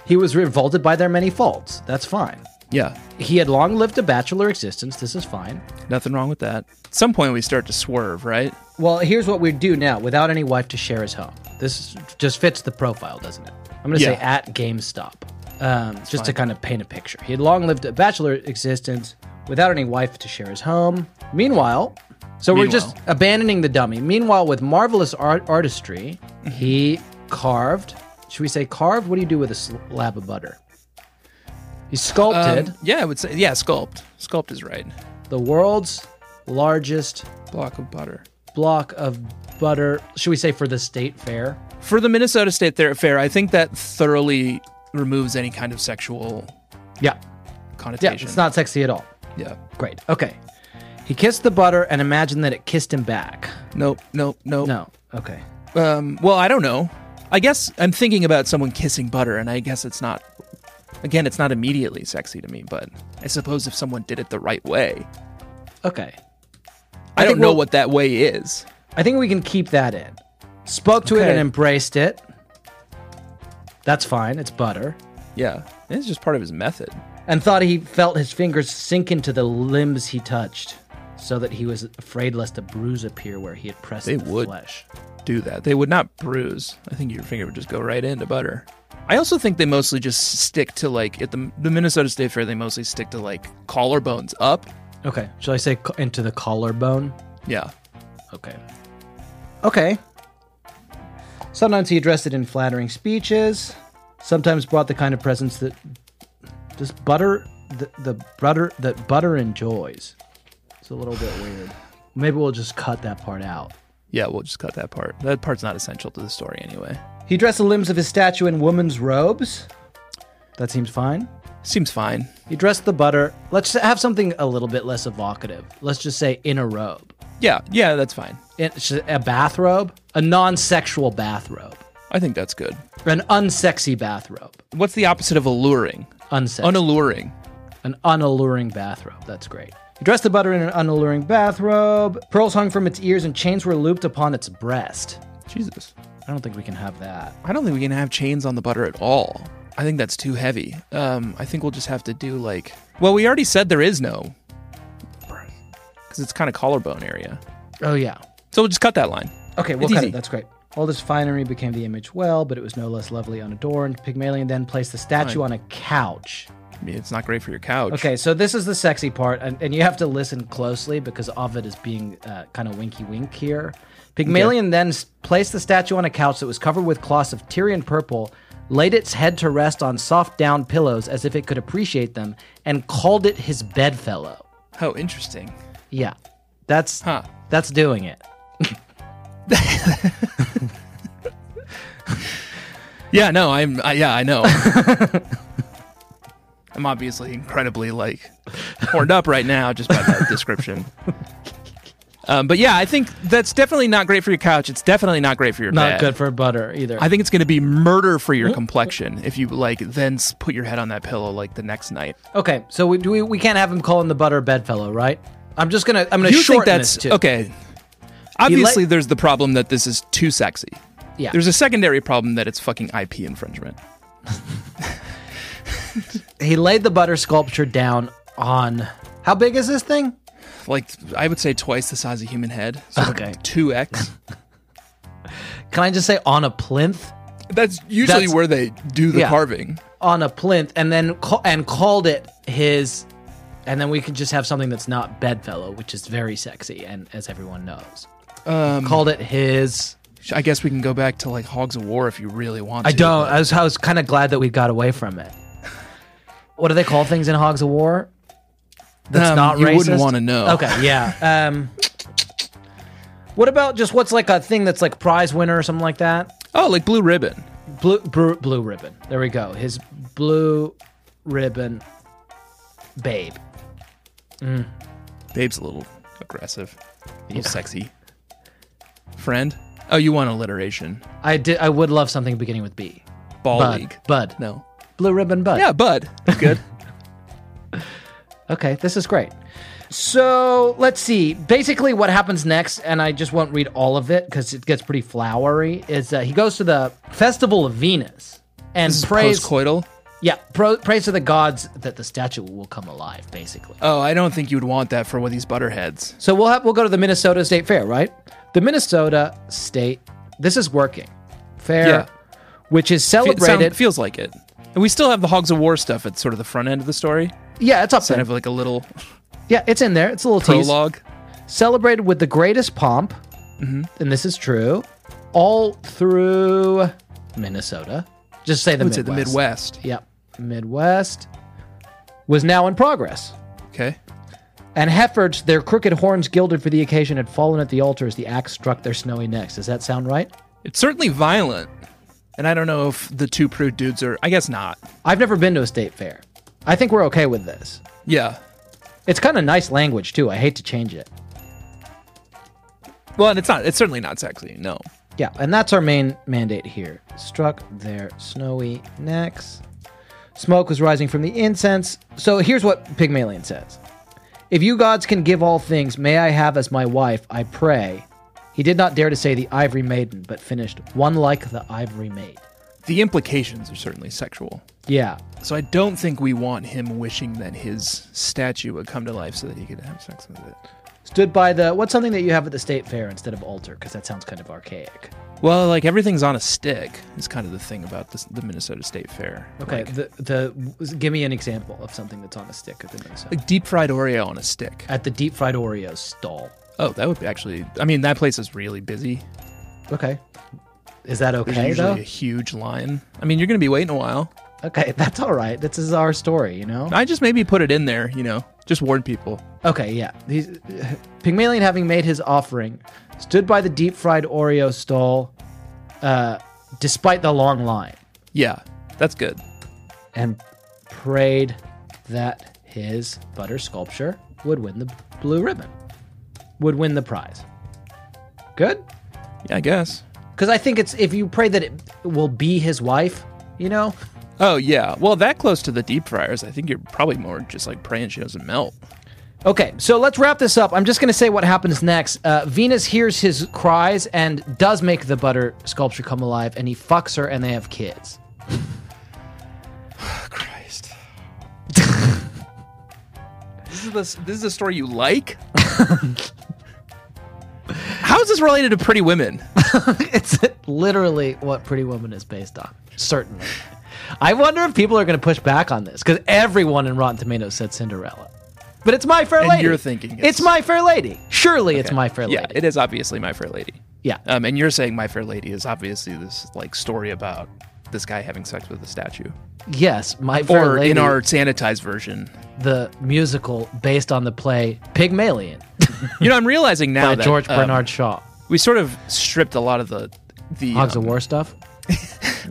C: He was revolted by their many faults. That's fine.
B: Yeah,
C: He had long lived a bachelor existence. This is fine.
B: nothing wrong with that. At some point, we start to swerve, right?
C: Well, here's what we do now without any wife to share his home. This just fits the profile, doesn't it? I'm going to say
B: Yeah.
C: at GameStop, um, just to kind of paint a picture. He had long lived a bachelor existence without any wife to share his home. Meanwhile, so we're just
B: Meanwhile.
C: abandoning the dummy. Meanwhile, with marvelous art- artistry,
B: Mm-hmm.
C: he carved. Should we say carved? What do you do with a slab of butter? He sculpted
B: Um, yeah, I would say yeah. Sculpt, sculpt is right.
C: the world's largest
B: Block of butter
C: block of butter. Should we say for the state fair?
B: for the Minnesota State Ther- Fair. I think that thoroughly removes any kind of sexual
C: Yeah. Yeah,
B: connotation.
C: it's not sexy at all.
B: Yeah.
C: Great. Okay. He kissed the butter and imagined that it kissed him back.
B: Nope. Nope. Nope.
C: No. Okay.
B: Um, well, I don't know. I guess I'm thinking about someone kissing butter, and I guess it's not. Again, it's not immediately sexy to me, but I suppose if someone did it the right way,
C: Okay.
B: I, don't
C: think
B: know
C: we'll-
B: what that way is.
C: I think we can keep that in. Spoke to it
B: Okay.
C: and embraced it. That's fine. It's butter.
B: Yeah, it's just part of his method.
C: And thought he felt his fingers sink into the limbs he touched, so that he was afraid lest a bruise appear where he had pressed
B: They
C: the
B: would.
C: flesh.
B: Do that. They would not bruise. I think your finger would just go right into butter. I also think they mostly just stick to like at the the Minnesota State Fair. They mostly stick to like collarbones up.
C: Okay. Shall I say co- into the collarbone?
B: Yeah,
C: Okay. Okay. Sometimes he addressed it in flattering speeches. Sometimes brought the kind of presents that just butter the, the butter that butter enjoys. It's a little bit weird. Maybe we'll just cut that part out.
B: yeah. We'll just cut that part. That part's not essential to the story anyway.
C: He dressed the limbs of his statue in woman's robes. That seems fine.
B: Seems fine.
C: He dressed the butter. Let's have something a little bit less evocative. Let's just say in a robe.
B: Yeah, yeah. That's fine.
C: It's a bathrobe, a non-sexual bathrobe.
B: I think that's good.
C: An unsexy bathrobe.
B: What's the opposite of alluring?
C: Unsexy.
B: Unalluring.
C: an unalluring bathrobe. That's great. He dressed the butter in an unalluring bathrobe. Pearls hung from its ears and chains were looped upon its breast.
B: Jesus.
C: I don't think we can have that.
B: I don't think we can have chains on the butter at all. I think that's too heavy. Um, I think we'll just have to do like. Well, we already said there is no. Because it's kind of collarbone area.
C: Oh, yeah.
B: So we'll just cut that line.
C: Okay, we'll
B: It's
C: cut
B: easy.
C: it. That's great. All this finery became the image well, but it was no less lovely unadorned. Pygmalion then placed the statue on a couch.
B: I mean, it's not great for your couch.
C: Okay, so this is the sexy part, and, and you have to listen closely because Ovid is being uh, kind of winky wink here. Pygmalion then s- placed the statue on a couch that was covered with cloths of Tyrian purple, laid its head to rest on soft down pillows as if it could appreciate them, and called it his bedfellow.
B: How interesting.
C: Yeah. That's
B: Huh.
C: that's doing it.
B: Yeah, no, I'm. I, yeah, I know. I'm obviously incredibly like horned up right now just by that description. Um, but yeah, I think that's definitely not great for your couch. It's definitely not great for your
C: Not
B: bed.
C: good for butter either.
B: I think it's going to be murder for your complexion if you like then s- put your head on that pillow like the next night.
C: okay, so we, do we we can't have him calling the butter bedfellow, right? I'm just gonna I'm gonna
B: you
C: shorten
B: think that's
C: this too.
B: okay? Obviously, there's the problem that this is too sexy.
C: Yeah.
B: There's a secondary problem that it's fucking IP infringement.
C: he laid the butter sculpture down on how big is this thing?
B: Like I would say twice the size of human head.
C: Okay.
B: Two X.
C: Can I just say on a plinth?
B: That's usually
C: That's-
B: where they do the
C: Yeah.
B: carving.
C: On a plinth, and then ca- and called it his, and then we could just have something that's not bedfellow, which is very sexy, and as everyone knows,
B: Um,
C: called it his.
B: I guess we can go back to like Hogs of War if you really want.
C: I
B: to,
C: don't.
B: but-
C: I was, I was kind of glad that we got away from it. What do they call things in Hogs of War? That's
B: Um,
C: not
B: you
C: racist.
B: wouldn't want to know.
C: Okay, yeah. Um, what about just what's like a thing that's like prize winner or something like that?
B: Oh, like blue ribbon.
C: Blue, blue, blue ribbon. There we go. His blue ribbon babe.
B: Babe's a little aggressive, a little sexy. Friend. Oh, you want alliteration?
C: I did. I would love something beginning with B.
B: Ball
C: Bud.
B: league.
C: Bud.
B: No.
C: Blue ribbon bud.
B: Yeah, bud. Good.
C: Okay, this is great. So let's see. Basically, what happens next, and I just won't read all of it because it gets pretty flowery. Is that he goes to the festival of Venus and prays?
B: Postcoital.
C: yeah, pro, prays to the gods that the statue will come alive. Basically,
B: Oh, I don't think you'd want that for one of these butterheads.
C: so we'll have, we'll go to the Minnesota State Fair, right? The Minnesota State. This is working fair,
B: Yeah.
C: which is
B: Fe- sound-
C: celebrated.
B: feels like it. And we still have the Hogs of War stuff at sort of the front end of the story.
C: yeah, it's up
B: Kind
C: there.
B: of like a little
C: Yeah, it's in there. It's a little tease.
B: prologue. Mm-hmm.
C: celebrated with the greatest pomp, and this is true, all through Minnesota. Just say
B: I
C: the
B: would
C: Midwest.
B: say the Midwest.
C: Yep, Midwest was now in progress.
B: Okay.
C: And heifers, their crooked horns gilded for the occasion, had fallen at the altar as the axe struck their snowy necks. Does that sound right?
B: It's certainly violent. And I don't know if the two prude dudes are. I guess not.
C: I've never been to a state fair. I think we're okay with this.
B: Yeah.
C: It's kind of nice language too. I hate to change it.
B: Well, and it's not. It's certainly not sexy. No.
C: Yeah, and that's our main mandate here. Struck their snowy necks. Smoke was rising from the incense. So here's what Pygmalion says If you gods can give all things, may I have as my wife, I pray. He did not dare to say the ivory maiden, but finished one like the ivory maid.
B: The implications are certainly sexual.
C: Yeah,
B: So I don't think we want him wishing that his statue would come to life so that he could have sex with it.
C: stood by the. What's something that you have at the state fair instead of altar? Because that sounds kind of archaic.
B: Well, like everything's on a stick is kind of the thing about this, the Minnesota State Fair.
C: Okay, the, the give me an example of something that's on a stick at the Minnesota.
B: Like deep fried Oreo on a stick.
C: At the deep fried Oreo stall.
B: Oh, that would be actually. I mean, that place is really busy.
C: Okay. Is that
B: There's
C: okay
B: usually
C: though?
B: a huge line. I mean, you're going to be waiting a while.
C: Okay, that's all right. This is our story, you know?
B: I just maybe put it in there, you know, just warn people.
C: Okay, yeah. He's, Pygmalion, having made his offering, stood by the deep fried Oreo stall uh, despite the long line
B: Yeah, that's good.
C: and prayed that his butter sculpture would win the blue ribbon, would win the prize. Good?
B: Yeah, I guess.
C: Because I think it's if you pray that it will be his wife, you know?
B: Oh yeah. Well, that close to the deep fryers, I think you're probably more just like praying she doesn't melt.
C: Okay, so let's wrap this up. I'm just going to say what happens next. Uh, Venus hears his cries and does make the butter sculpture come alive, and he fucks her, and they have kids.
B: Christ. this is the this is a story you like. How is this related to Pretty Women?
C: It's literally what Pretty Woman is based on, certainly. I wonder if people are going to push back on this because everyone in Rotten Tomatoes said Cinderella. But it's My Fair
B: And
C: Lady.
B: you're thinking
C: it's,
B: it's-
C: My Fair Lady. Surely it's My Fair
B: Yeah,
C: Lady.
B: it is obviously My Fair Lady.
C: yeah.
B: Um, and you're saying My Fair Lady is obviously this like story about this guy having sex with a statue,
C: yes, My Fair
B: or
C: Lady.
B: in our sanitized version,
C: the musical based on the play Pygmalion.
B: You know, I'm realizing now
C: by
B: that
C: George
B: um,
C: Bernard Shaw.
B: we sort of stripped a lot of the the
C: Hogs
B: um,
C: of War stuff.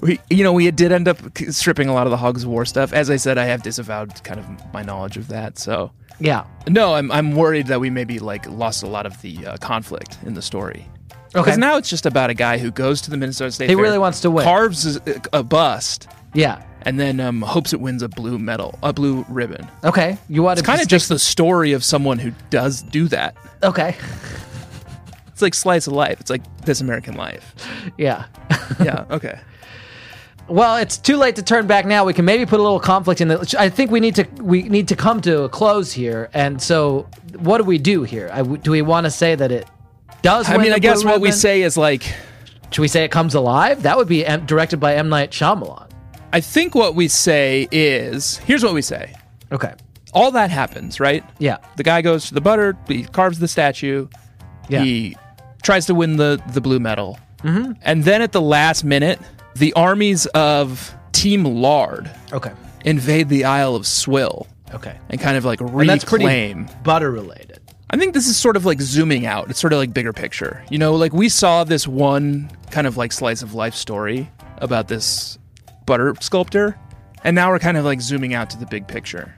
B: We, you know, we did end up c- stripping a lot of the Hogs of War stuff. As I said, I have disavowed kind of my knowledge of that. So
C: Yeah.
B: no, I'm I'm worried that we maybe like lost a lot of the uh, conflict in the story.
C: Okay.
B: Because now it's just about a guy who goes to the Minnesota State.
C: He
B: Fair,
C: really wants to win.
B: Carves a, a bust
C: yeah.
B: and then um, hopes it wins a blue medal, a blue ribbon.
C: Okay. You want
B: It's
C: to
B: kind of just the story of someone who does do that.
C: okay.
B: It's like slice of life. It's like this American life.
C: Yeah.
B: Yeah. Okay.
C: Well, it's too late to turn back now. We can maybe put a little conflict in the. I think we need to we need to come to a close here. And so, what do we do here? I w do we want to say that it does?
B: I
C: win
B: mean,
C: the
B: I guess
C: Blue
B: what we
C: Ribbon?
B: say is like
C: Should we say it comes alive? That would be M- directed by M Night Shyamalan.
B: I think what we say is here's what we say.
C: Okay.
B: All that happens, right?
C: Yeah.
B: The guy goes to the butter, he carves the statue,
C: Yeah.
B: he tries to win the, the blue medal. Mm-hmm. And then at the last minute, the armies of Team Lard
C: Okay.
B: invade the Isle of Swill
C: Okay.
B: and kind of like reclaim.
C: And that's pretty butter related.
B: I think this is sort of like zooming out. It's sort of like bigger picture. You know, like we saw this one kind of like slice of life story about this butter sculptor, and now we're kind of like zooming out to the big picture,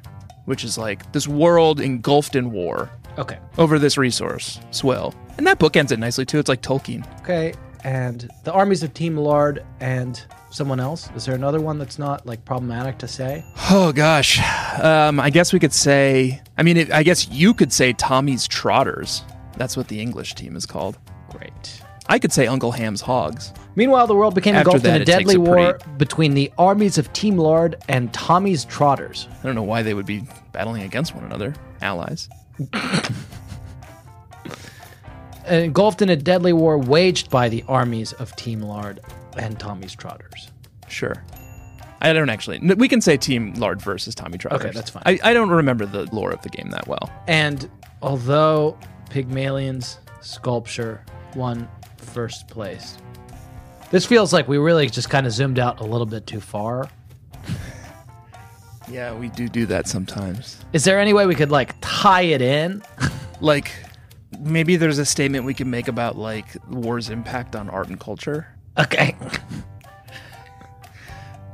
B: which is like this world engulfed in war
C: Okay.
B: over this resource, Swill. And that book ends it nicely too. It's like Tolkien.
C: Okay. And the armies of Team Lard and someone else. Is there another one that's not like problematic to say?
B: Oh gosh. Um, I guess we could say, I mean, it, I guess you could say Tommy's Trotters. That's what the English team is called.
C: Great.
B: I could say Uncle Ham's Hogs.
C: Meanwhile, the world became
B: After
C: engulfed
B: that,
C: in a
B: it takes
C: deadly
B: a
C: war
B: pretty-
C: between the armies of Team Lard and Tommy's Trotters.
B: I don't know why they would be battling against one another, allies.
C: Uh, Engulfed in a deadly war waged by the armies of Team Lard and Tommy's Trotters.
B: Sure. I don't actually. n- We can say Team Lard versus Tommy Trotters.
C: Okay, that's fine.
B: I, I don't remember the lore of the game that well.
C: And although Pygmalion's sculpture won first place, this feels like we really just kind of zoomed out a little bit too far.
B: Yeah, we do do that sometimes.
C: Is there any way we could like tie it in?
B: Like, maybe there's a statement we can make about like war's impact on art and culture.
C: Okay.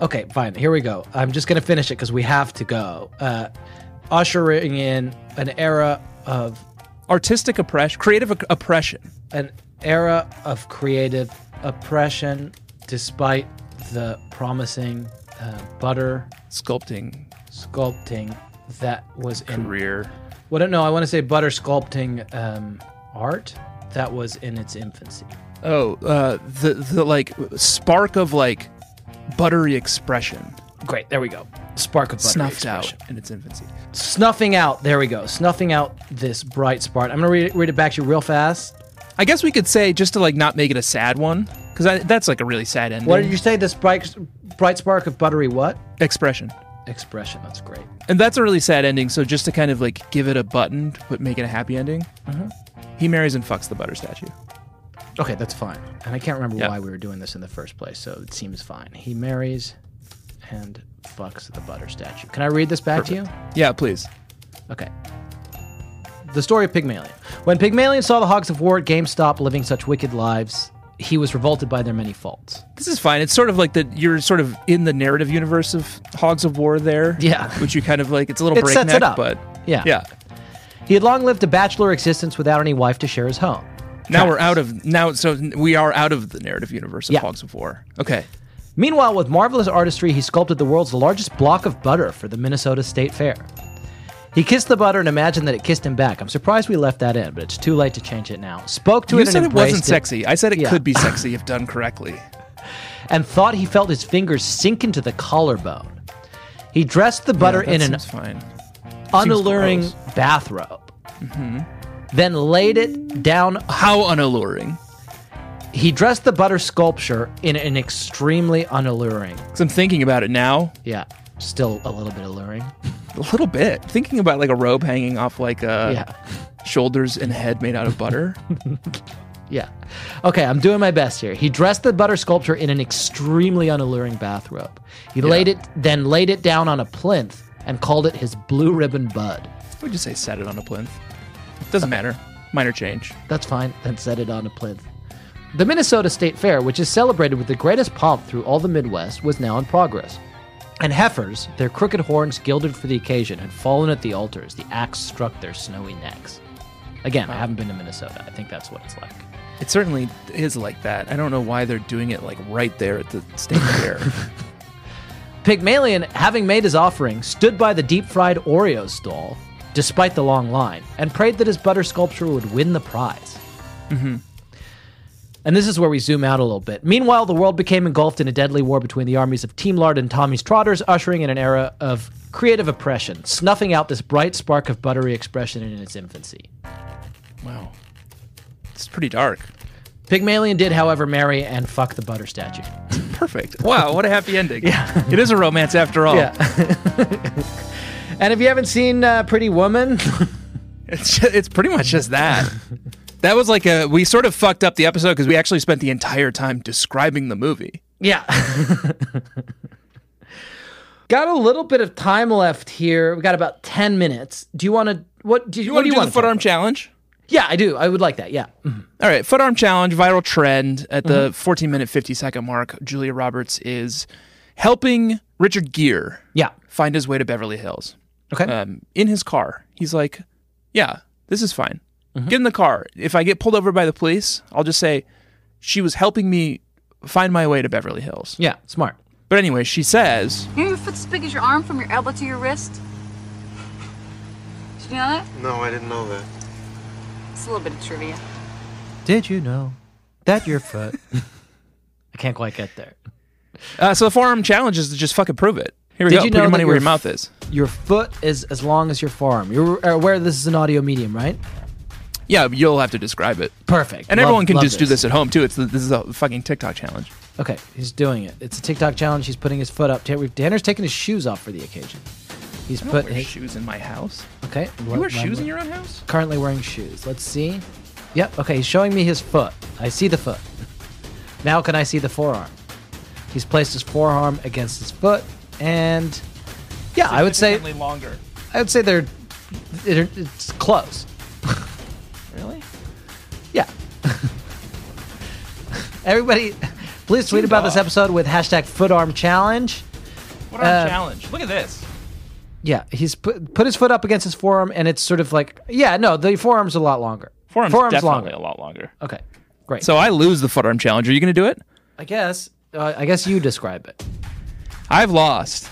C: okay, fine. Here we go. I'm just going to finish it because we have to go. Uh, ushering in an era of
B: Artistic oppression, creative op- oppression.
C: an era of creative oppression, despite the promising uh, butter
B: Sculpting
C: sculpting that was in
B: career.
C: Well, no, I want to say butter sculpting um, art that was in its infancy.
B: Oh, uh, the the like spark of like buttery expression
C: Great, there we go. Spark of butter
B: snuffed
C: expression.
B: out in its infancy.
C: snuffing out. There we go. Snuffing out this bright spark. I'm gonna read it, read it back to you real fast.
B: I guess we could say just to like not make it a sad one because that's like a really sad ending.
C: What did you say? This bright bright spark of buttery what
B: expression?
C: expression? That's great.
B: And that's a really sad ending. So just to kind of like give it a button, but make it a happy ending,
C: Uh-huh.
B: he marries and fucks the butter statue.
C: Okay, that's fine. And I can't remember
B: Yeah.
C: why we were doing this in the first place, so it seems fine. He marries and fucks the butter statue. Can I read this back to you?
B: Yeah, please.
C: Okay. The story of Pygmalion. When Pygmalion saw the Hogs of War at GameStop living such wicked lives, he was revolted by their many faults.
B: This is fine. It's sort of like that you're sort of in the narrative universe of Hogs of War there.
C: Yeah.
B: Which you kind of like, it's a little
C: It
B: breakneck,
C: sets it up.
B: but
C: Yeah.
B: yeah.
C: He had long lived a bachelor existence without any wife to share his home.
B: Now
C: Tracks.
B: we're out of, now, so we are out of the narrative universe of
C: Yeah.
B: Hogs of War. Okay.
C: Meanwhile, with marvelous artistry, he sculpted the world's largest block of butter for the Minnesota State Fair. He kissed the butter and imagined that it kissed him back. I'm surprised we left that in, but it's too late to change it now. Spoke to
B: you
C: it and
B: said it
C: embraced
B: wasn't sexy. I said it
C: Yeah.
B: could be sexy if done correctly.
C: and thought he felt his fingers sink into the collarbone. He dressed the butter
B: Yeah, that
C: in an
B: seems fine.
C: unalluring
B: gross. Mm-hmm.
C: bathrobe, then laid it down
B: How unalluring.
C: He dressed the butter sculpture in an extremely unalluring.
B: Because I'm thinking about it now,
C: Yeah, still a little bit alluring.
B: a little bit. Thinking about like a robe hanging off like a
C: yeah,
B: shoulders and head made out of butter.
C: yeah. Okay, I'm doing my best here. He dressed the butter sculpture in an extremely unalluring bathrobe. He laid it, then laid it down on a plinth and called it his blue ribbon bud.
B: we just say set it on a plinth. Doesn't matter. Minor change.
C: That's fine. Then set it on a plinth. The Minnesota State Fair, which is celebrated with the greatest pomp through all the Midwest, was now in progress. And heifers, their crooked horns gilded for the occasion, had fallen at the altar as the axe struck their snowy necks. Again, I haven't been to Minnesota. I think that's what it's like.
B: It certainly is like that. I don't know why they're doing it like right there at the state fair.
C: Pygmalion, having made his offering, stood by the deep fried Oreo stall, despite the long line, and prayed that his butter sculpture would win the prize. And this is where we zoom out a little bit. Meanwhile, the world became engulfed in a deadly war between the armies of Team Lard and Tommy's Trotters, ushering in an era of creative oppression, snuffing out this bright spark of buttery expression in its infancy.
B: wow, it's pretty dark.
C: Pygmalion did, however, marry and fuck the butter statue.
B: Perfect. Wow, what a happy ending. yeah, it is a romance after all.
C: Yeah. Oh. and if you haven't seen uh, Pretty Woman,
B: It's just, it's pretty much just that. That was like a we sort of fucked up the episode because we actually spent the entire time describing the movie.
C: Yeah. got a little bit of time left here. We got about 10 minutes. Do you want to what do you,
B: You
C: what
B: want to do
C: wanna
B: the foot
C: talk
B: arm
C: about?
B: challenge?
C: Yeah, I do. I would like that. Yeah. Mhm.
B: All right, foot arm challenge, viral trend at
C: Mm-hmm.
B: the 14 minute 50 second mark. Julia Roberts is helping Richard Gere
C: Yeah.
B: find his way to Beverly Hills.
C: Okay.
B: um, in his car. He's like, "Yeah, this is fine. Get in the car. If I get pulled over by the police, I'll just say she was helping me find my way to Beverly Hills."
C: yeah, smart.
B: But anyway, she says,
G: Your foot's as big as your arm from your elbow to your wrist. Did you know that?
E: No, I didn't know that.
G: It's a little bit of trivia.
C: Did you know that your foot I can't quite get there.
B: uh, "So the forearm challenge is to just fucking prove it." Here we
C: Did
B: go.
C: you
B: Put
C: know
B: your
C: that
B: money where
C: your
B: your mouth
C: f-
B: is.
C: Your foot is as long as your forearm. You're aware this is an audio medium, right?
B: Yeah, you'll have to describe it,
C: Perfect.
B: and
C: Love-
B: everyone can
C: love
B: just do this at home too. It's the, this is a fucking TikTok challenge.
C: Okay, he's doing it. It's a TikTok challenge. He's putting his foot up. Tan- Tanner's taking his shoes off for the occasion. He's
B: I
C: put
B: don't wear
C: his,
B: shoes in my house.
C: okay.
B: You wear shoes in your own house?
C: currently wearing shoes. Let's see. Yep. Okay. He's showing me his foot. I see the foot. Now can I see the forearm? He's placed his forearm against his foot, and yeah, I would say
B: Significantly longer.
C: I would say they're, they're it's close.
B: Really?
C: Yeah. Everybody, please tweet about this episode with hashtag footarm challenge.
B: What
C: Uh,
B: challenge? Look at this.
C: Yeah, he's put, put his foot up against his forearm, and it's sort of like yeah, no, the forearm's a lot longer.
B: Forearm's,
C: forearm's
B: definitely
C: longer.
B: a lot longer.
C: Okay, great.
B: So I lose the forearm challenge. Are you going to do it?
C: I guess uh, I guess you describe it.
B: I've lost.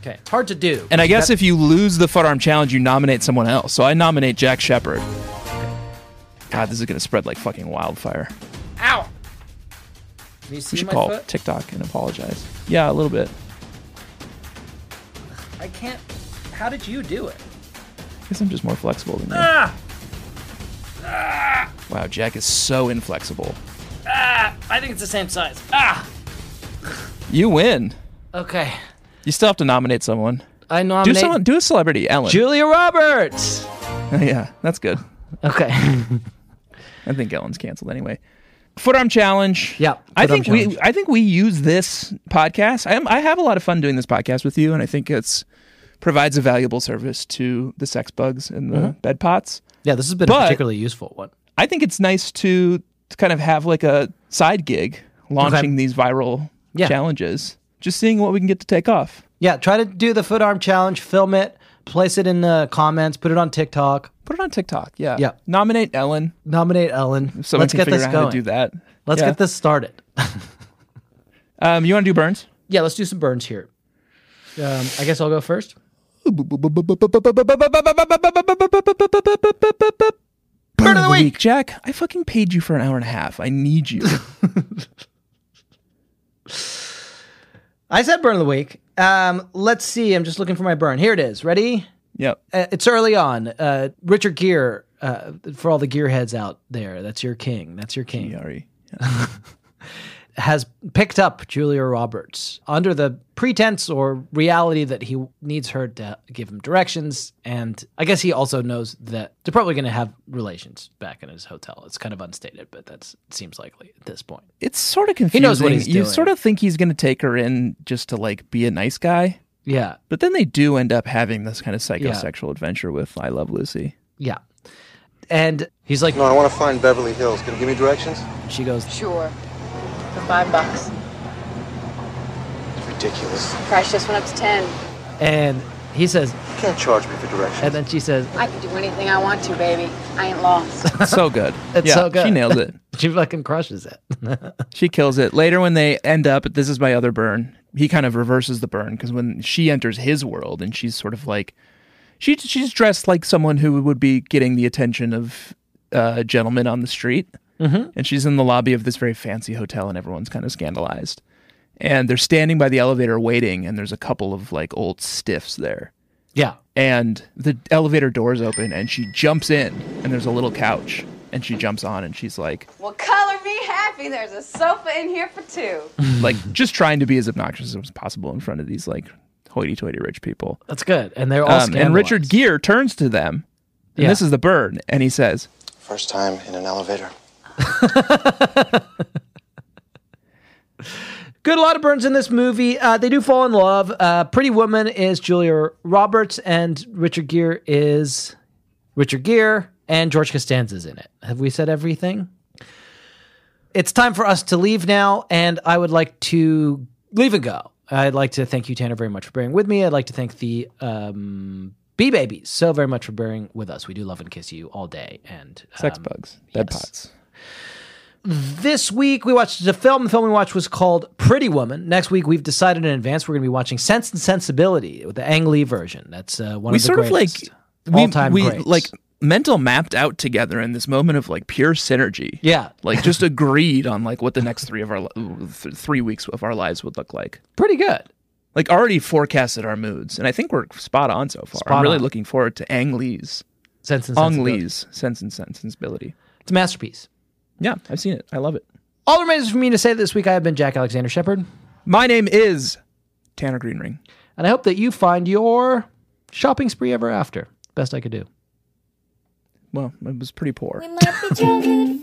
C: Okay, it's hard to do.
B: And I guess if you lose the forearm challenge, you nominate someone else. So I nominate Jack Shepard. God, this is gonna spread like fucking wildfire.
C: Can you see
B: We should
C: my
B: call
C: foot?
B: TikTok and apologize. Yeah, a little bit.
C: I can't. How did you do it?
B: Guess I'm just more flexible than you.
C: Ah!
B: Wow, Jack is so inflexible.
C: I think it's the same size. Ah.
B: You win.
C: Okay,
B: You still have to nominate someone.
C: I
B: Do
C: nominate
B: someone. Do a celebrity, Ellen.
C: Julia Roberts.
B: yeah, that's good.
C: Okay,
B: I think Ellen's canceled anyway. Footarm challenge.
C: Yeah,
B: I
C: foot arm
B: think we.
C: challenge.
B: I think we use this podcast. I, am, I have a lot of fun doing this podcast with you, and I think it's provides a valuable service to the sex bugs and the
C: Mm-hmm.
B: bed pots.
C: yeah, this has been
B: But-
C: a particularly useful one.
B: I think it's nice to, to kind of have like a side gig launching these viral
C: Yeah.
B: challenges, just seeing what we can get to take off.
C: Yeah, try to do the foot arm challenge. Film it. Place it in the comments. Put it on TikTok.
B: Put it on TikTok. Yeah.
C: Yeah.
B: Nominate Ellen.
C: Nominate Ellen.
B: Someone
C: Let's
B: can
C: get
B: figure
C: this
B: out
C: going.
B: how to do that.
C: Let's
B: Yeah.
C: get this started.
B: Um, you want to do burns?
C: yeah, let's do some burns here. Um, I guess I'll go first.
B: Burn of the week, Jack. I fucking paid you for an hour and a half. I need you.
C: I said burn of the week. Um, let's see. I'm just looking for my burn. Here it is. Ready?
B: yep.
C: Uh, it's early on. Uh, Richard Gere, uh, for all the gearheads out there, that's your king. That's your king.
B: Sorry.
C: Has picked up Julia Roberts under the pretense or reality that he needs her to give him directions. And I guess he also knows that they're probably going to have relations back in his hotel. It's kind of unstated, but that seems likely at this point.
B: It's sort of confusing.
C: knows what he's
B: you
C: doing.
B: sort of think he's going to take her in just to like be a nice guy,
C: Yeah.
B: but then they do end up having this kind of
C: Yeah.
B: psychosexual adventure with I Love Lucy.
C: Yeah. And he's like,
E: No, I want to find Beverly Hills. Can you give me directions?
H: She goes,
G: Sure. For five bucks.
E: It's ridiculous.
G: Price just went up to ten.
C: and he says,
E: You can't charge me for directions.
C: and then she says,
G: I can do anything I want to, baby. I ain't lost.
B: so good.
C: It's
B: yeah,
C: so good.
B: She nailed it.
C: she fucking crushes it.
B: She kills it. Later, when they end up, this is my other burn. He kind of reverses the burn because when she enters his world and she's sort of like, she she's dressed like someone who would be getting the attention of uh, a gentleman on the street, mm-hmm. and she's in the lobby of this very fancy hotel, and everyone's kind of scandalized. And they're standing by the elevator waiting, and there's a couple of like old stiffs there.
C: yeah.
B: And the elevator doors open, and she jumps in, and there's a little couch, and she jumps on, and she's like,
I: Well, color me happy. There's a sofa in here for two.
B: like
C: Mm-hmm.
B: just trying to be as obnoxious as possible in front of these like hoity-toity rich people.
C: That's good. And they're all
B: Um, and Richard
C: scandalized.
B: Gere turns to them, and
C: Yeah.
B: this is the bird, and he says,
E: First time in an elevator.
C: Good lot of burns in this movie. Uh, they do fall in love. Uh, Pretty Woman is Julia Roberts, and Richard Gere is Richard Gere, and George Costanza's in it. Have we said everything? It's time for us to leave now, and I would like to leave and go. I'd like to thank you, Tanner, very much for bearing with me. I'd like to thank the um, B Babies so very much for bearing with us. We do love and kiss you all day and
B: "Sex
C: um,
B: bugs, bed
C: yes.
B: pots."
C: this week we watched the film. The film we watched was called Pretty Woman. Next week we've decided in advance we're going to be watching Sense and Sensibility with the Ang Lee version. That's uh, one
B: We
C: of the
B: sort of like
C: greatest
B: we
C: all-time
B: we
C: greats.
B: like mental mapped out together in this moment of like pure synergy.
C: yeah,
B: Like just agreed on like what the next three of our li- ooh, th- three weeks of our lives would look like.
C: pretty good.
B: Like already forecasted our moods, and I think we're spot on so far.
C: Spot
B: I'm really
C: on.
B: looking forward to Ang Lee's,
C: Sense and
B: Ang
C: Sensibility.
B: Lee's Sense and Sense Sensibility.
C: It's a masterpiece.
B: Yeah, I've seen it. I love it.
C: All that remains for me to say this week I have been Jack Alexander Shepard,
B: My name is Tanner Greenring.
C: and I hope that you find your shopping spree ever after. Best I could do.
B: Well, it was pretty poor.
A: We might be childhood friends,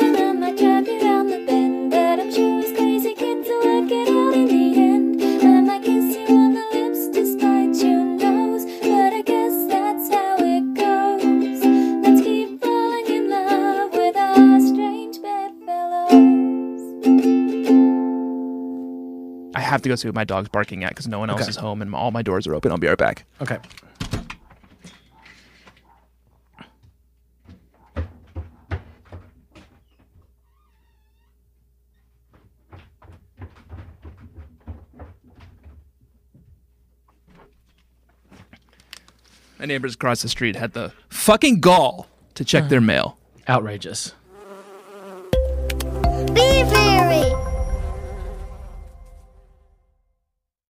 A: and I might drive you round the bend. But I'm sure it's crazy kids will work it out in the end. I might kiss you on the lips despite your nose. But I guess that's how it goes. Let's keep falling in love with our strange bedfellows.
B: I have to go see what my dog's barking at because no one else is home and all my doors are open. I'll be right back.
C: Okay.
B: My neighbors across the Uh-huh. street had the fucking gall to check their mail.
C: Outrageous.